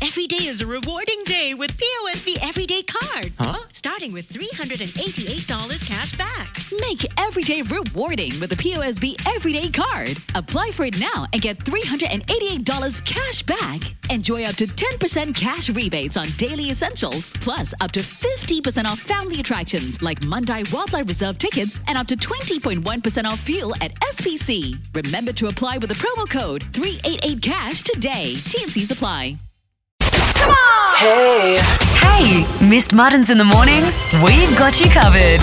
Every day is a rewarding day with POSB Everyday Card. Huh? Starting with $388 cash back. Make every day rewarding with the POSB Everyday Card. Apply for it now and get $388 cash back. Enjoy up to 10% cash rebates on daily essentials, plus up to 50% off family attractions like Mundai Wildlife Reserve tickets and up to 20.1% off fuel at SPC. Remember to apply with the promo code 388CASH today. TNC's apply. Hey. Hey, missed Muttons in the morning? We've got you covered.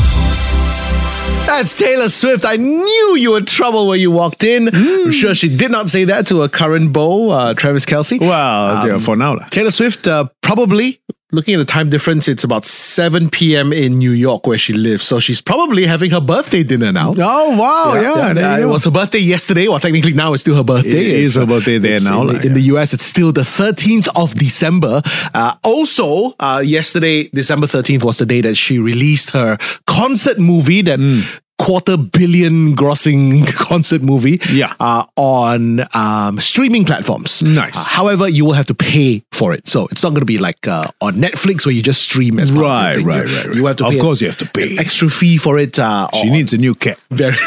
That's Taylor Swift. I knew you were trouble when you walked in. I'm sure she did not say that to her current beau, uh, Travis Kelsey. Well, yeah, for now. lah. Taylor Swift, uh, probably looking at the time difference, it's about 7 p.m. in New York where she lives. So she's probably having her birthday dinner now. Oh, wow. Yeah. there yeah, you it go. was her birthday yesterday. Well, technically now it's still her birthday. It is her birthday there It's now, In, the, like, in the US, it's still the 13th of December. Uh, also, uh, yesterday, December 13th, was the day that she released her concert movie that. Hmm. Quarter billion grossing concert movie Yeah. uh, on um, streaming platforms. Nice. Uh, however, you will have to pay for it. So it's not going to be like uh, on Netflix where you just stream as part of Right, the thing. right, You- right, right. You have to Of pay course an- you have to pay. an extra fee for it. Uh, She or- needs a new cat. very.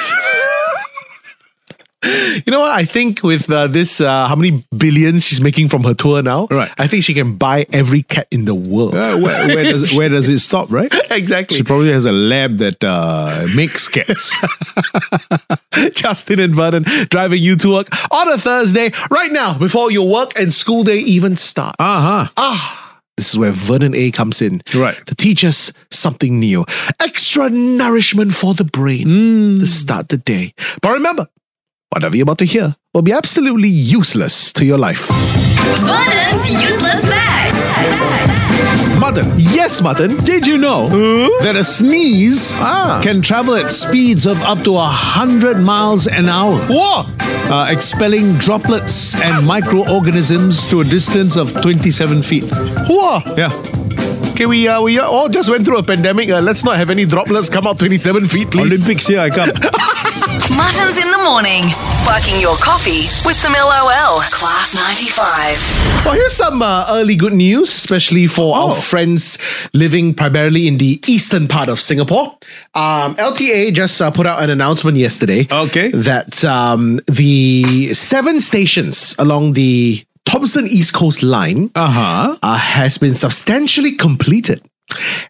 You know what? I think with uh, this, uh, how many billions she's making from her tour now? Right. I think she can buy every cat in the world. Uh, where, where, does, where does it stop, right? exactly. She probably has a lab that uh, makes cats. Justin and Vernon driving you to work on a Thursday, right now, before your work and school day even starts. Ah. Uh huh. This is where Vernon A comes in. Right. To teach us something new. Extra nourishment for the brain Mm. to start the day. But remember, whatever you're about to hear will be absolutely useless to your life. Muttons useless fact. Mutton. Yes, Mutton. Did you know that a sneeze Ah. can travel at speeds of up to 100 miles an hour? Whoa! uh, expelling droplets and microorganisms to a distance of 27 feet. Whoa! Yeah. Okay, we uh, we all just went through a pandemic. Uh, let's not have any droplets come out 27 feet, please. Olympics here I come. Muttons in the morning. Sparking your coffee with some LOL. Class 95. Well, here's some uh, early good news, especially for Oh. our friends living primarily in the eastern part of Singapore. Um, LTA just uh, put out an announcement yesterday. Okay. That um, the seven stations along the Thompson East Coast line Uh-huh. uh, has been substantially completed.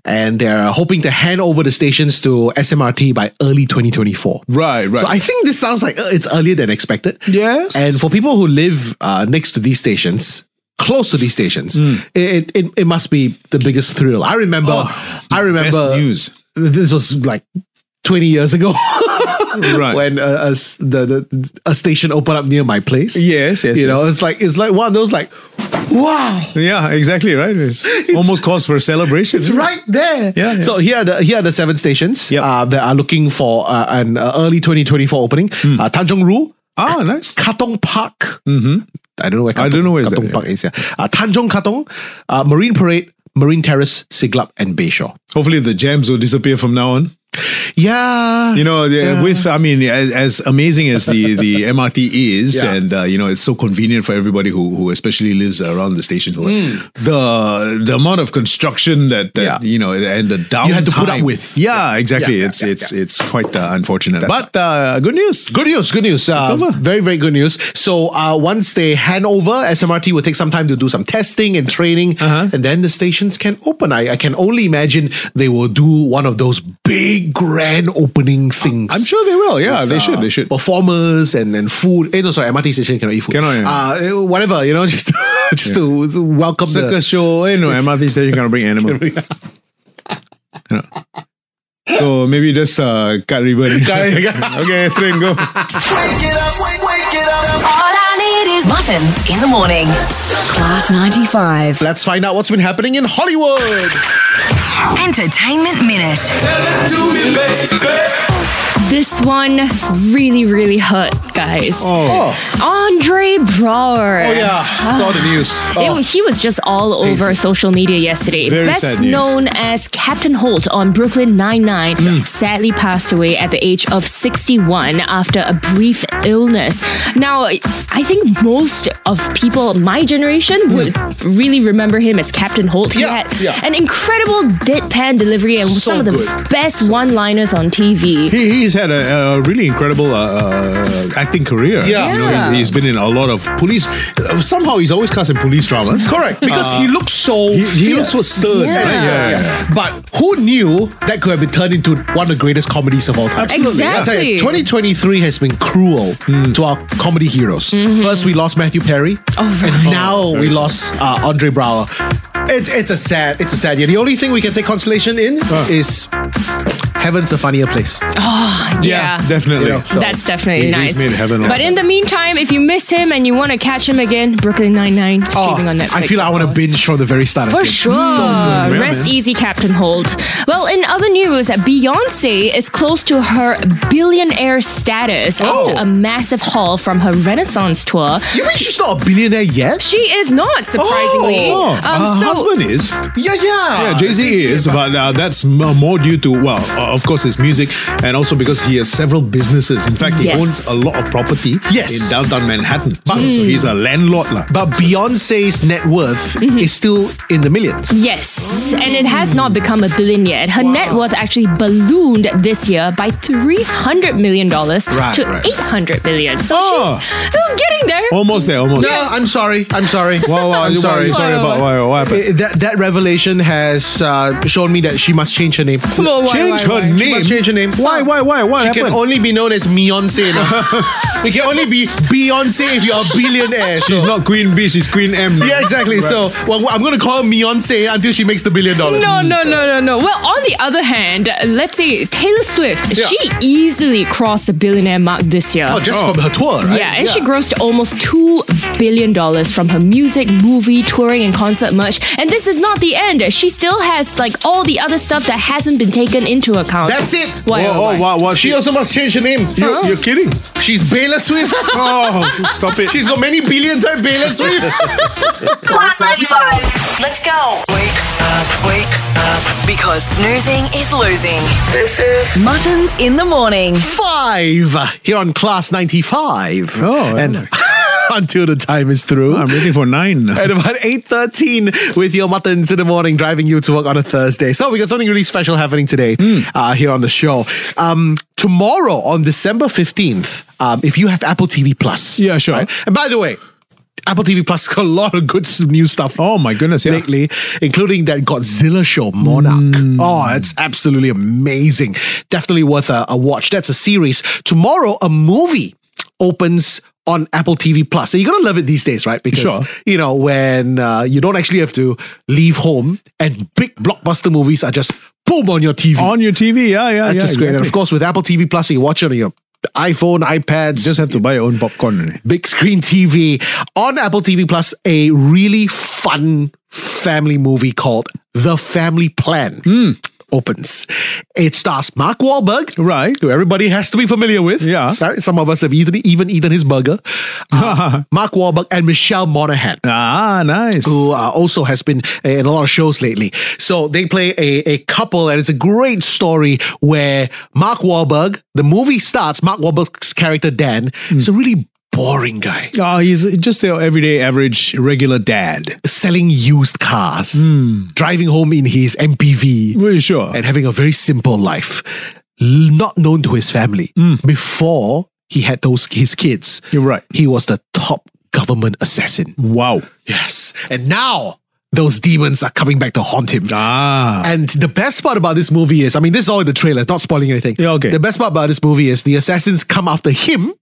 And they're hoping to hand over the stations to SMRT by early 2024. Right, right. So I think this sounds like uh, it's earlier than expected. Yes. And for people who live uh, next to these stations, close to these stations, Hmm. it, it it must be the biggest thrill. I remember. Oh, I remember. best news. This was like 20 years ago. Right. When uh, a, s- the, the a station opened up near my place, Yes, yes, you know, yes. it's like it's like one of those like, wow, yeah, exactly, right? It's, almost calls for a celebration. It's right there. Yeah, yeah. So here are the here are the seven stations Yep. uh, that are looking for uh, an uh, early 2024 opening. Hmm. Uh, Tanjong Rhu, Ah, nice. Katong Park. Mm-hmm. I don't know where Katong, I don't know where is Katong that, Park is. Yeah. Uh, Tanjong Katong, uh, Marine Parade, Marine Terrace, Siglap, and Bayshore. Hopefully the jams will disappear from now on. Yeah. You know, the- with I mean, as, as amazing as the, the MRT is, Yeah. and uh, you know, it's so convenient for everybody who, who especially lives around the station. The the amount of construction that, that Hmm. Yeah. you know, and the downtime You had to put up with. Yeah, exactly. Yeah, it's yeah, it's it's quite uh, unfortunate, but uh, good news. Good news, good news. Uh, over. Very, very good news. So uh, once they hand over, SMRT will take some time to do some testing and training, Uh-huh. and then the stations can open. I, I can only imagine they will do one of those big grand opening things. I'm sure they will. Yeah, they should. uh, They should. Performers and, and food. Eh, no, sorry, MRT station cannot eat food. Cannot, yeah. Uh, eh, whatever, you know, just just to to welcome Circus the. show. Eh, You know, MRT station gonna bring animal. You know. So maybe just uh, cut ribbon. okay, train go. Wake it up, wake, wake it up. All I need is Muttons in the morning. Class 95. Let's find out what's been happening in Hollywood. Entertainment Minute. This one really, really hurt, guys. Oh, Andre Brower. Oh yeah, saw the news. Ah. It Oh. was- he was just all over social media yesterday. Very Best sad news. known as Captain Holt on Brooklyn Nine-Nine, Hmm. sadly passed away at the age of 61 after a brief illness. Now, I think most of people my generation would really remember him as Captain Holt. He Hmm. Yeah, had yeah. an incredible deadpan delivery and was So some of the good. best one-liners on TV. He, he's had a, a really incredible uh, uh, acting career. Yeah. You know, Yeah. he's, he's been in a lot of police. uh, Somehow he's always cast in police dramas. Correct, because Uh, he looks so he- he fierce. looks so stern, Yeah. Very stern, Yeah. yeah. But who knew that could have been turned into one of the greatest comedies of all time? Absolutely, yeah. I tell you, Exactly. 2023 has been cruel to our comedy heroes. Mm-hmm. First, we lost Matthew Perry, Oh, and now we lost uh, Andre Brower. It's it's a sad it's a sad year. The only thing we can take consolation in is heaven's a funnier place. yeah. Definitely. Yeah. So- That's He- definitely he's nice. made heaven on but earth. in the meantime, if you miss him and you want to catch him again, Brooklyn Nine Nine Oh, streaming on Netflix. I feel like I of want to course. binge from the very start. For again. sure. Yeah, Rest man. easy, Captain Holt. Well, in other news, Beyonce is close to her billionaire status Oh. after a massive haul from her Renaissance tour. You mean she's not a billionaire yet? She is not, surprisingly. Um, Oh, her husband is. Yeah, yeah. Yeah, Jay Z is, but uh, that's m- more due to, well, uh, of course, his music and also because he has several businesses. In fact, he Yes. owns a lot of property Yes. in downtown Manhattan. so, so he's a landlord. lah. But Beyonce's net worth Mm-hmm. is still in the millions. Yes, and it has not become a billion yet. Her net worth actually ballooned this year by $300 million Right, to right. $800 million. So Oh. she's oh, getting there. Almost there, almost. No, I'm sorry. I'm sorry. Wow, wow, I'm you- sorry. Sorry about why, what happened. Eh, that that revelation has uh, shown me that she must change her name. She Whoa, why, change why, her why? name. must change her name. Why, why, why? What She happened? can only be known as Beyonce. now. it can only be Beyonce if you're a billionaire. she's not Queen B, she's Queen M. yeah, exactly. So well, I'm going to call her Beyonce until she makes the billion dollars. No, no, no, no, no. Well, on the other hand, let's say Taylor Swift, Yeah. she easily crossed the billionaire mark this year. Oh, just from her tour, right? yeah, and she grossed almost two billion dollars from her music, movie, touring, and concert merch. And this is not the end. She still has like all the other stuff that hasn't been taken into account. That's it. Why, Oh, oh, why? oh, wow, wow. She She, also must change her name. you, you're kidding. She's Baylor Swift. Oh, stop it. She's got many billions at Baylor Swift. Class 95. Let's go. Wake up, wake up. Because snoozing is losing. This is Muttons in the Morning. five here on Class 95. Oh, and until the time is through. I'm waiting for nine. at about 8.13 with your muttons in the morning driving you to work on a thursday so we got something really special happening today Hmm. uh, here on the show um, tomorrow on december 15th um, if you have apple tv plus Yeah, sure. and by the way apple tv plus got a lot of good s- new stuff Oh my goodness, yeah. lately including that godzilla show monarch Mm. oh it's absolutely amazing definitely worth a, a watch that's a series tomorrow a movie opens on Apple TV Plus. So you're gonna love it these days, right? Because Sure. you know when uh, you don't actually have to leave home, and big blockbuster movies are just boom on your TV. On your TV, yeah, yeah, That's yeah. just great. And exactly. of course, with Apple TV Plus, you watch it on your iPhone, iPads, You just have to buy your own popcorn. only. big screen TV on Apple TV Plus, a really fun family movie called The Family Plan. Hmm. Opens. It stars Mark Wahlberg, Right. Who everybody has to be familiar with. Yeah. right? Some of us have even even eaten his burger. Uh, Mark Wahlberg and Michelle Monaghan Ah, nice. who uh, also has been in a lot of shows lately. So they play a, a couple, and it's a great story where Mark Wahlberg, the movie starts, Mark Wahlberg's character Dan Hmm. is a really boring guy Oh, he's just your everyday, average, regular dad. selling used cars, Hmm. driving home in his MPV. Well, sure. and having a very simple life, L- not known to his family before he had those his kids. Hmm. You're right. He was the top government assassin. wow. Yes, and now those demons are coming back to haunt him. Ah. And the best part about this movie is, I mean, this is all in the trailer, not spoiling anything. Yeah, okay. The best part about this movie is the assassins come after him,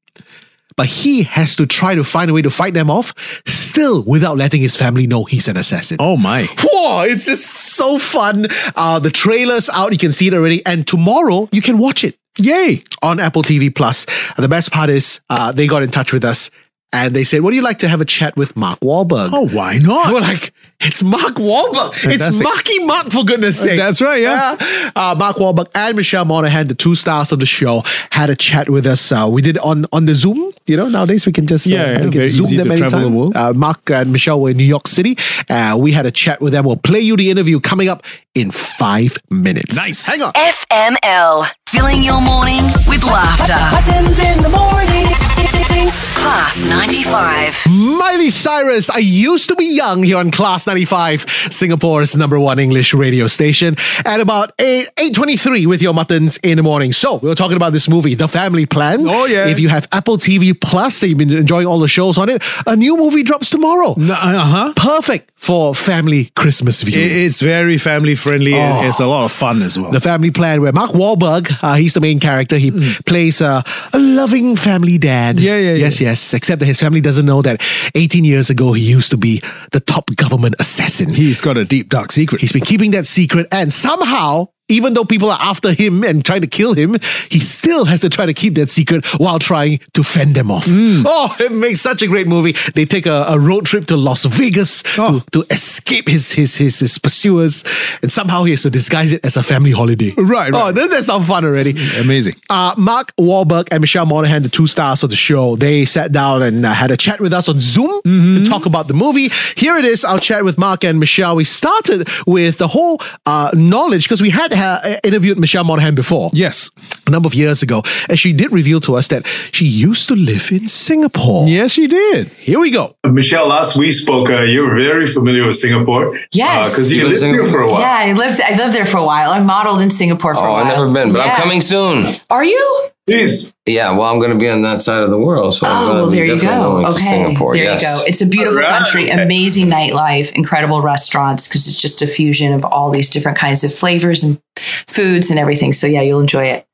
but he has to try to find a way to fight them off, still without letting his family know he's an assassin. Oh my. Whoa, it's just so fun. Uh, the trailer's out, you can see it already. And tomorrow, you can watch it Yay. on Apple TV Plus. And The best part is, uh, they got in touch with us and they said, Would you like to have a chat with Mark Wahlberg? Oh, why not? And we're like, It's Mark Wahlberg. It's Fantastic. Marky Mark, for goodness sake. That's right, yeah. Uh, Mark Wahlberg and Michelle Monaghan, the two stars of the show, had a chat with us. Uh, we did on on the Zoom. You know, nowadays we can just uh, Yeah, yeah, we can very Zoom easy them to anytime. travel the world. Uh, Mark and Michelle were in New York City. Uh, we had a chat with them. We'll play you the interview coming up in five minutes. Nice. Hang on. FML. Filling your morning with laughter. Buttons in the morning. Class 95. Miley Cyrus, I used to be young here on Class 95, Singapore's number one English radio station, at about 8, 8.23 with your muttons in the morning. So, we were talking about this movie, The Family Plan. Oh, yeah. If you have Apple TV Plus, and you've been enjoying all the shows on it, a new movie drops tomorrow. Uh huh. Perfect for family Christmas viewing. It's very family friendly and it's a lot of fun as well. Oh. the family plan where Mark Wahlberg, uh, he's the main character. He plays uh, a loving family dad. Mm-hmm. Yeah, yeah, yeah. Yes, yes. Except that his family doesn't know that 18 years ago he used to be the top government assassin. He's got a deep dark secret. He's been keeping that secret, and somehow, even though people are after him and trying to kill him, he still has to try to keep that secret while trying to fend them off. Hmm. Oh, it makes such a great movie. They take a, a road trip to Las Vegas Oh. to, to escape his, his his his pursuers, and somehow he has to disguise it as a family holiday. Right, Oh, right. doesn't that sound fun already? Amazing. Uh, Mark Wahlberg and Michelle Monaghan, the two stars of the show, they sat down and uh, had a chat with us on Zoom to talk about the movie. Here it is. I'll chat with Mark and Michelle. We started with the whole uh, knowledge because we had uh, interviewed Michelle Monaghan before Yes. a number of years ago, and she did reveal to us that she used to live in Singapore. Yes, she did. Here we go. Michelle, last we spoke, uh, you're very familiar with Singapore. Uh, Yes. Because you You lived live in here for a while. Yeah, I lived. I lived there for a while. I modeled in Singapore for a Oh, while. I've never been, but Yeah. I'm coming soon. Are you? Please. Yeah, well, I'm going to be on that side of the world, so I'm Oh, going well, to be there you definitely go. going to Okay, Singapore. there yes. you go. It's a beautiful Alright. country, amazing nightlife, incredible restaurants because it's just a fusion of all these different kinds of flavors and foods and everything. So yeah, you'll enjoy it.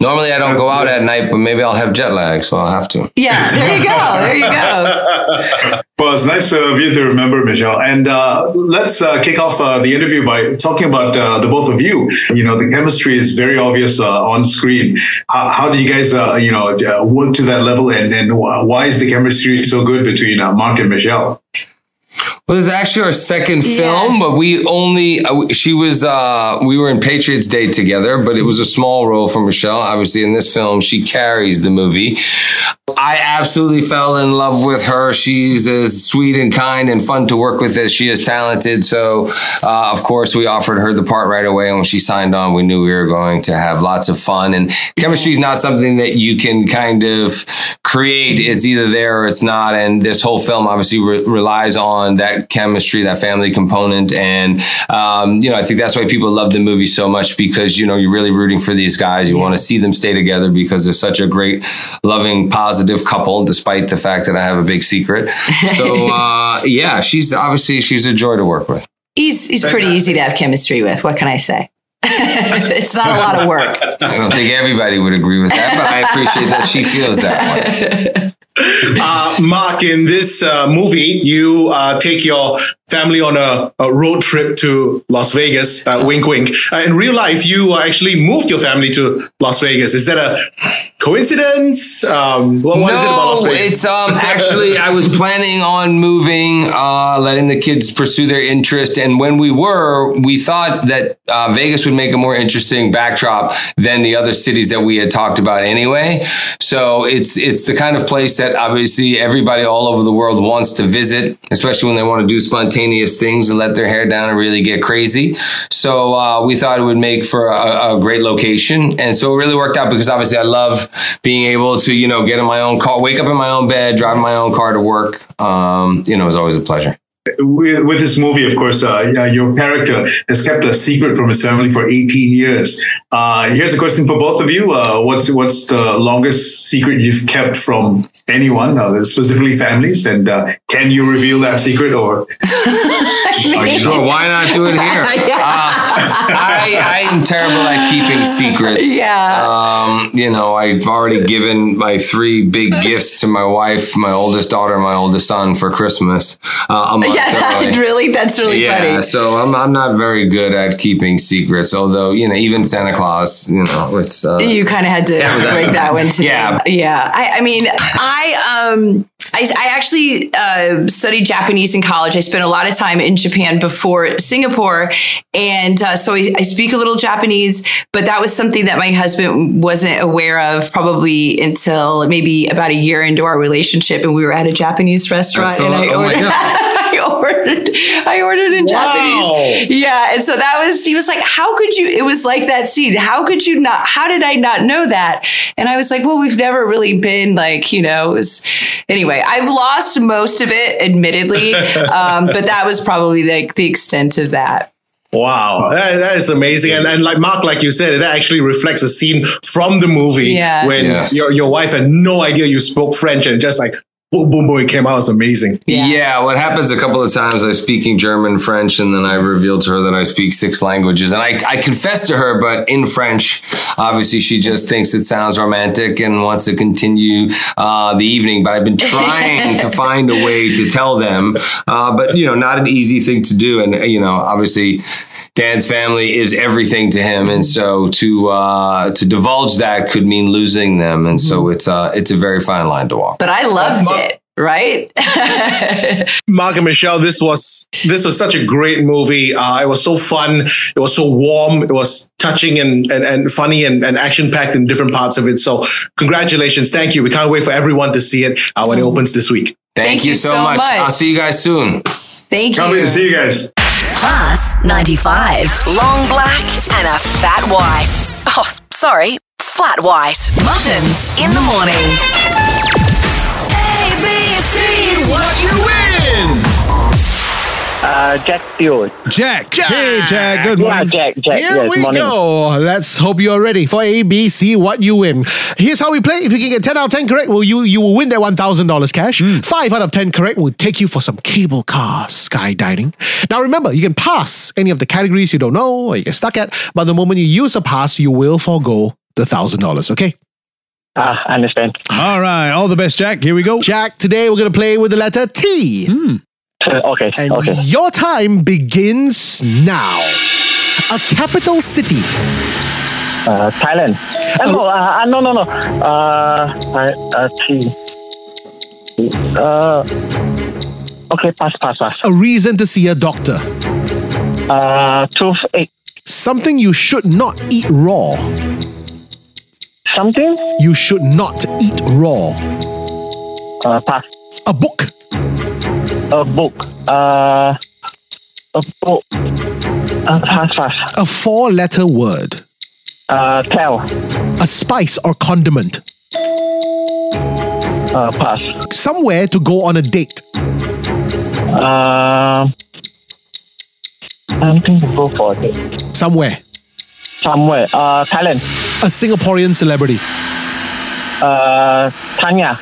Normally, I don't go out at night, but maybe I'll have jet lag, so I'll have to. Yeah, there you go. There you go. Well, it's nice of you to remember, Michelle. And uh, let's uh, kick off uh, the interview by talking about uh, the both of you. You know, the chemistry is very obvious uh, on screen. How, how do you guys, uh, you know, uh, work to that level? And, and wh- why is the chemistry so good between uh, Mark and Michelle? Well, this is actually our second film, but we only uh, we- she was uh, we were in Patriots Day together, but it was a small role for Michelle. Obviously, in this film, she carries the movie. I absolutely fell in love with her. She's as sweet and kind and fun to work with as she is talented. So, uh, of course, we offered her the part right away. And when she signed on, we knew we were going to have lots of fun. And chemistry is not something that you can kind of create. It's either there or it's not. And this whole film obviously re- relies on that chemistry, that family component. And, um, you know, I think that's why people love the movie so much because, you know, you're really rooting for these guys. You want to see them stay together because they're such a great, loving, positive couple, despite the fact that I have a big secret. So, uh, yeah, she's obviously, she's a joy to work with. He's he's pretty easy to have chemistry with. What can I say? it's not a lot of work. I don't think everybody would agree with that, but I appreciate that she feels that way. uh, Mark, in this uh, movie, you uh, take your family on a, a road trip to Las Vegas. Uh, wink, wink. Uh, in real life, you uh, actually moved your family to Las Vegas. Is that a coincidence? Um, what, what is it about Las Vegas? It's um actually I was planning on moving, uh, letting the kids pursue their interest. And when we were, we thought that uh, Vegas would make a more interesting backdrop than the other cities that we had talked about anyway. So it's it's the kind of place that obviously everybody all over the world wants to visit, especially when they want to do spontaneous things and let their hair down and really get crazy. So uh, we thought it would make for a, a great location, and so it really worked out because obviously I love being able to you know get in my own car, wake up in my own bed, drive my own car to work. Um, you know, it's always a pleasure. With, with this movie, of course, uh, yeah, your character has kept a secret from his family for 18 years. Uh, here's a question for both of you. Uh, what's what's the longest secret you've kept from anyone, uh, specifically families? And uh, can you reveal that secret or Are you sure? Why not do it here? Uh, I, I am terrible at keeping secrets. Yeah. Um, you know, I've already given my three big gifts to my wife, my oldest daughter, and my oldest son for Christmas. Uh, a month Yeah, early. that, really, that's really yeah, funny. so I'm I'm not very good at keeping secrets. Although you know, even Santa Claus, you know, it's uh, you kind of had to was that- break that one today. Yeah. yeah. I, I mean, I um, I, I actually uh, studied Japanese in college. I spent a lot of time in Japan before Singapore. And uh, so I, I speak a little Japanese, but that was something that my husband wasn't aware of probably until maybe about a year into our relationship. And we were at a Japanese restaurant. That's a and lot- I oh my ordered- God. I ordered I ordered in Japanese. Yeah. And so that was he was like, How could you it was like that scene. How could you not how did I not know that? And I was like, Well, we've never really been like, you know, it was anyway, I've lost most of it, admittedly. um, but that was probably like the extent of that. Wow, that, that is amazing. And, and like Mark, like you said, that actually reflects a scene from the movie Yeah. when Yes. your, your wife had no idea you spoke French and just like, boom, boom, boom, it came out. It's amazing. Yeah. what happens a couple of times, I'm speaking German, French, and then I revealed to her that I speak six languages. And I, I confessed to her, but in French, obviously, she just thinks it sounds romantic and wants to continue uh, the evening. But I've been trying to find a way to tell them, uh, but, you know, not an easy thing to do. And, uh, you know, obviously, Dan's family is everything to him, and so to uh, to divulge that could mean losing them, and so it's uh, it's a very fine line to walk. But I loved it, right? Mark and Michelle, this was this was such a great movie. Uh, it was so fun. It was so warm. It was touching and and, and funny and, and action packed in different parts of it. So congratulations, thank you. We can't wait for everyone to see it uh, when it opens this week. Thank, you, so, much. I'll see you guys soon. Thank Can't wait to see you guys. Class 95. Long black and a fat white. Oh, s- sorry, flat white. Muttons in the morning. A, B, C, what you win? Uh, Jack Stewart. Jack. Hey, Jack. Good morning. Yeah, Jack. Jack. Here yes, we morning. go. Let's hope you're ready for ABC What You Win. Here's how we play. If you can get 10 out of 10 correct, well, you, you will win that $1,000 cash. 5 out of 10 correct will take you for some cable car skydiving. Now, remember, you can pass any of the categories you don't know or you get stuck at, but the moment you use a pass, you will forego the $1,000, okay? Ah, I understand. All right. All the best, Jack. Here we go. Jack, today we're going to play with the letter T. Uh, okay, And okay. your time begins now. A capital city. Uh, Thailand. Uh, no, uh, uh, no, no, no. Uh, I, uh, T. Uh, okay, pass, pass, pass. A reason to see a doctor. Uh, toothache. Something you should not eat raw. Something? You should not eat raw. Uh, pass. A book. A book. Uh, a book. Uh, pass, pass. A four letter word. Uh, tell. A spice or condiment. Uh, pass. Somewhere to go on a date. Uh, something to go for. Somewhere. Somewhere. Uh, Thailand. A Singaporean celebrity. Uh, Tanya.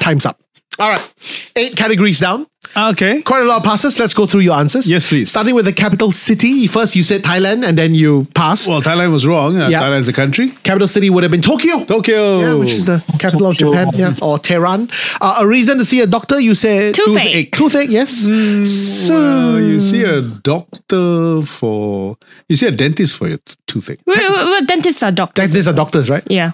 Time's up. All right. Eight categories down. Okay. Quite a lot of passes. Let's go through your answers. Yes, please. Starting with the capital city. First, you said Thailand, and then you passed. Well, Thailand was wrong. Uh, Yeah. Thailand's a country. Capital city would have been Tokyo. Tokyo. Yeah, which is the capital of Japan. Yeah, or Tehran. Uh, a reason to see a doctor. You said Toothache. Toothache. Yes. so Well, Uh, you see a doctor for you see a dentist for your t- toothache. Wait, wait, wait, dentists are doctors. these are doctors, right? Yeah.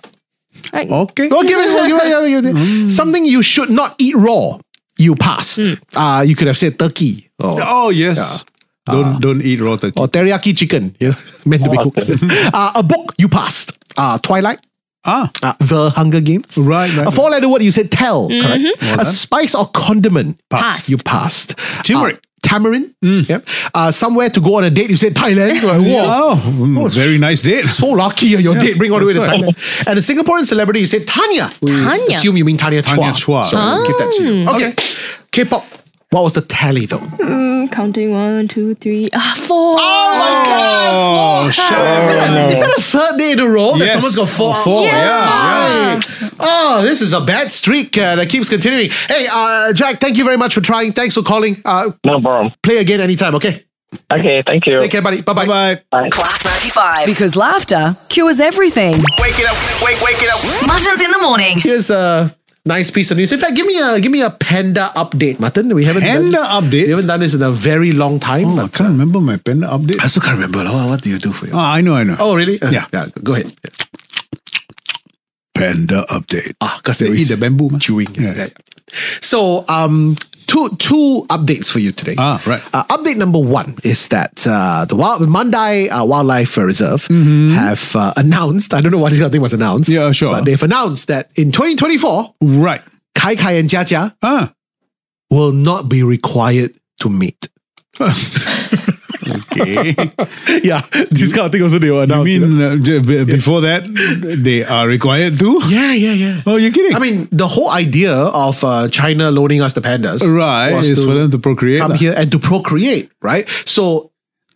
Okay. We'll give it. We'll give it. yeah, we'll give it. Mm. Something you should not eat raw. You passed. Uh, you could have said turkey or, Oh yes. Ah. Don't don't eat raw turkey. or teriyaki chicken. You know, meant to Oh, be cooked. uh, a book. You passed. Uh, Twilight. Ah. Uh, the Hunger Games. Right, right. A four-letter word. You said tell. Correct. Mm-hmm. Well a done. spice or condiment. Passed. You passed. Turmeric. Mm. Uh, tamarind. Yep. Uh, somewhere to go on a date. You said Thailand. Like, Whoa. Wow. Mm, Oh, very nice date. So lucky uh, your Yeah, date bring all the way to that's right. Thailand. And a Singaporean celebrity, you said Tanya. We Tanya. assume you mean Tanya Chua. Tanya Chua. Ah. So we'll give that to you. Okay. K-pop. What was the tally though? Mm, counting one, two, three, ah, four. Oh, Is, sure. that a, is that a third day in a row that Yes, Oh, someone's got four? four, yeah, Oh, my. Oh, this is a bad streak uh, that keeps continuing. Hey, uh, Jack, thank you very much for trying. Thanks for calling. Uh, No problem. play again anytime, okay? Okay, thank you. Take care, buddy. Bye-bye. Bye. Class 95. Because laughter cures everything. Wake it up. Wake, wake it up. Muttons in the morning. Here's a nice piece of news. In fact, give me a give me a panda update, Martin. We haven't Panda done, update? We haven't done this in a very long time. Oh, I but- can't remember my pen update. Ah, I still can't remember. What, what do you do for you? Oh, I know, I know. Oh, really? Uh, Yeah. Go ahead. panda update. Ah, because they eat the bamboo. Chewing. Yeah. yeah. So, um, two two updates for you today. Ah, right. Uh, update number one is that uh, the wild, Mandai uh, Wildlife Reserve have uh, announced. I don't know why this kind of thing was announced. Yeah, sure. But they've announced that in 2024, right, Kai Kai and Jia Jia ah. will not be required to mate. Okay. yeah, this kind of thing also they were You mean uh, j- b- before that they are required to? Yeah, yeah, yeah. Oh, you're kidding? I mean, the whole idea of uh, China loaning us the pandas, Right, was is for them to procreate come lah. here and to procreate, right? So.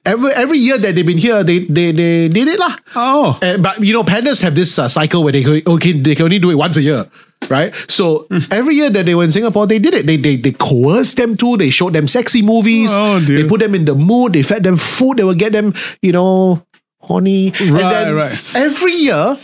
Every, every year that they've been here, they they, they did it lah. Oh, but you know, pandas have this uh, cycle where they can, okay, they can only do it once a year, right? So Hmm. every year that they were in Singapore, they did it. They they, they coerced them to. They showed them sexy movies. Oh, dear. They put them in the mood. They fed them food. They would get them, you know, horny. Right, and then right. Every year,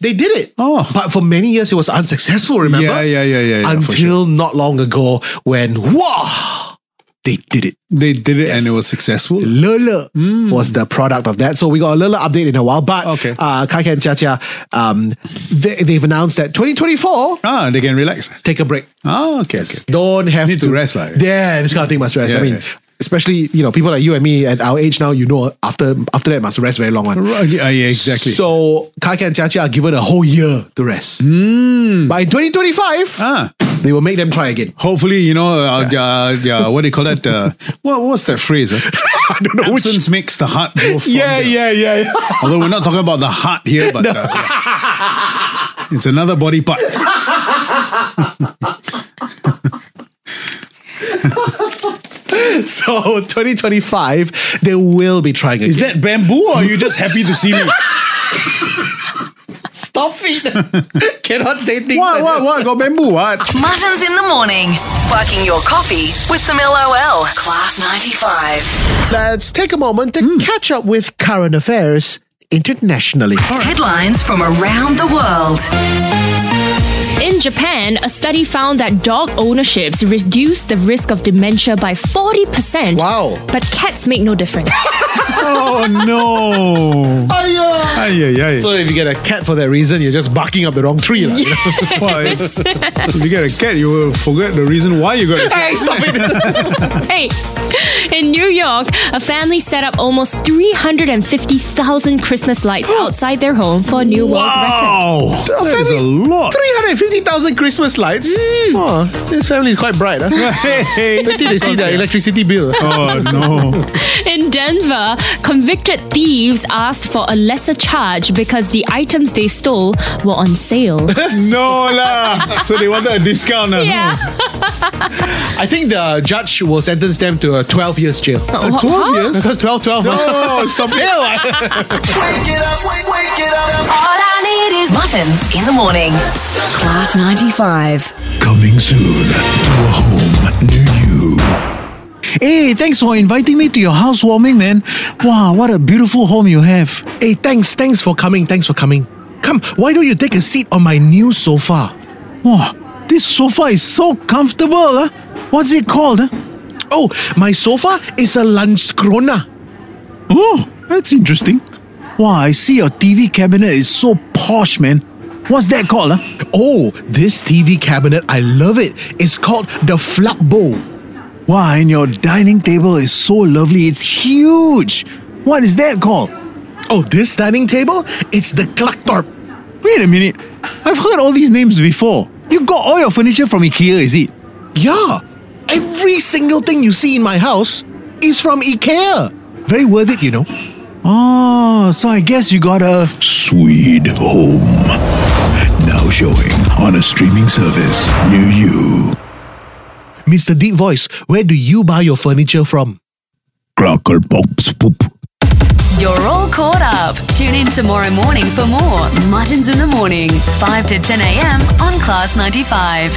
they did it. Oh. But for many years, it was unsuccessful, remember? Yeah, yeah, yeah, yeah, yeah, for Until not long ago when, wow, they did it. They did it and it was successful. Lele Mm. was the product of that. So we got a Lele update in a while. But okay. uh, Kai Kai and Chia Chia, um, they, they've announced that 2024, ah, they can relax. take a break. Ah, okay. Don't have Need to rest, lah. Yeah, this kind of thing must rest. Yeah, I mean, yeah. especially, you know, people like you and me at our age now, you know, after after that must rest very long one. Right, yeah, yeah, exactly. So Kai Kai and Chia Chia are given a whole year to rest. Mm. By 2025, they will make them try again. Ah, Hopefully, you know, uh, uh, yeah, what do you call that? Uh, what what's that phrase? Uh? I don't know. Absence makes the heart grow fonder. Yeah, yeah, yeah, yeah. Although we're not talking about the heart here, but No. uh, yeah. it's another body part. so 2025, they will be trying again. Is that bamboo, or are you just happy to see me? Stop it. Cannot say things. What, what, what? Got bamboo, what? Muttons in the morning. Sparking your coffee with some LOL. Class 95. Let's take a moment to Hmm. catch up with current affairs internationally. Headlines from around the world. In Japan, a study found that dog ownerships reduce the risk of dementia by 40%. Wow. But cats make no difference. oh, no. uh. So if you get a cat for that reason, you're just barking up the wrong tree. lah, you know? Why? If you get a cat, you will forget the reason why you got a cat. Hey, stop it. hey! In New York, a family set up almost 350,000 Christmas lights outside their home for a new world Wow. record. That is a lot. 350,000 Christmas lights. Hmm. Oh, this family is quite bright. Huh? Hey. Wait till they see the electricity bill. Oh, no. In Denver, convicted thieves asked for a lesser charge because the items they stole were on sale. No lah. So they wanted a discount. lah. yeah. I think the judge will sentence them to uh, 12 years jail. Uh, wha- 12 huh? years? Because 12, 12. huh? No, stop it. Jail. Wake it up, wake, wake it up. All I need is muttons in the morning. Class 95. Coming soon to a home near you. Hey, thanks for inviting me to your housewarming, man. Wow, what a beautiful home you have. hey, thanks. Thanks for coming. Thanks for coming. Come, why don't you take a seat on my new sofa? Wow, this sofa is so comfortable. Huh? What's it called? Huh? Oh, my sofa is a lunchskrona. Oh, that's interesting. Wow, I see your TV cabinet is so posh, man. What's that called? Huh? Oh, this TV cabinet, I love it. It's called the Flap Bowl. Wow, and your dining table is so lovely. It's huge. What is that called? Oh, this dining table? It's the Clarktorp. Wait a minute. I've heard all these names before. You got all your furniture from IKEA, is it? Yeah, every single thing you see in my house is from IKEA. Very worth it, you know. Ah, Oh, so I guess you got a. Swede Home. Now showing on a streaming service near you. Mr. Deep Voice, where do you buy your furniture from? Cracker Pops Poop. You're all caught up. Tune in tomorrow morning for more Muttons in the Morning, 5 to 10 a.m. on Class 95.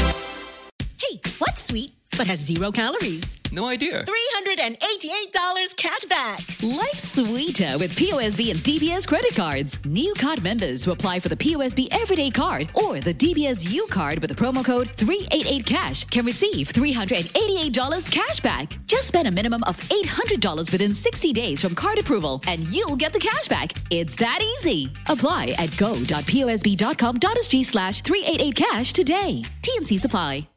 Hey, what's sweet but has zero calories. No idea. $388 cash back. Life's sweeter with POSB and DBS credit cards. New card members who apply for the POSB Everyday Card or the DBS U Card with the promo code 388CASH can receive $388 cash back. Just spend a minimum of $800 within 60 days from card approval and you'll get the cash back. It's that easy. Apply at go.posb.com.sg slash 388CASH today. TNC Supply.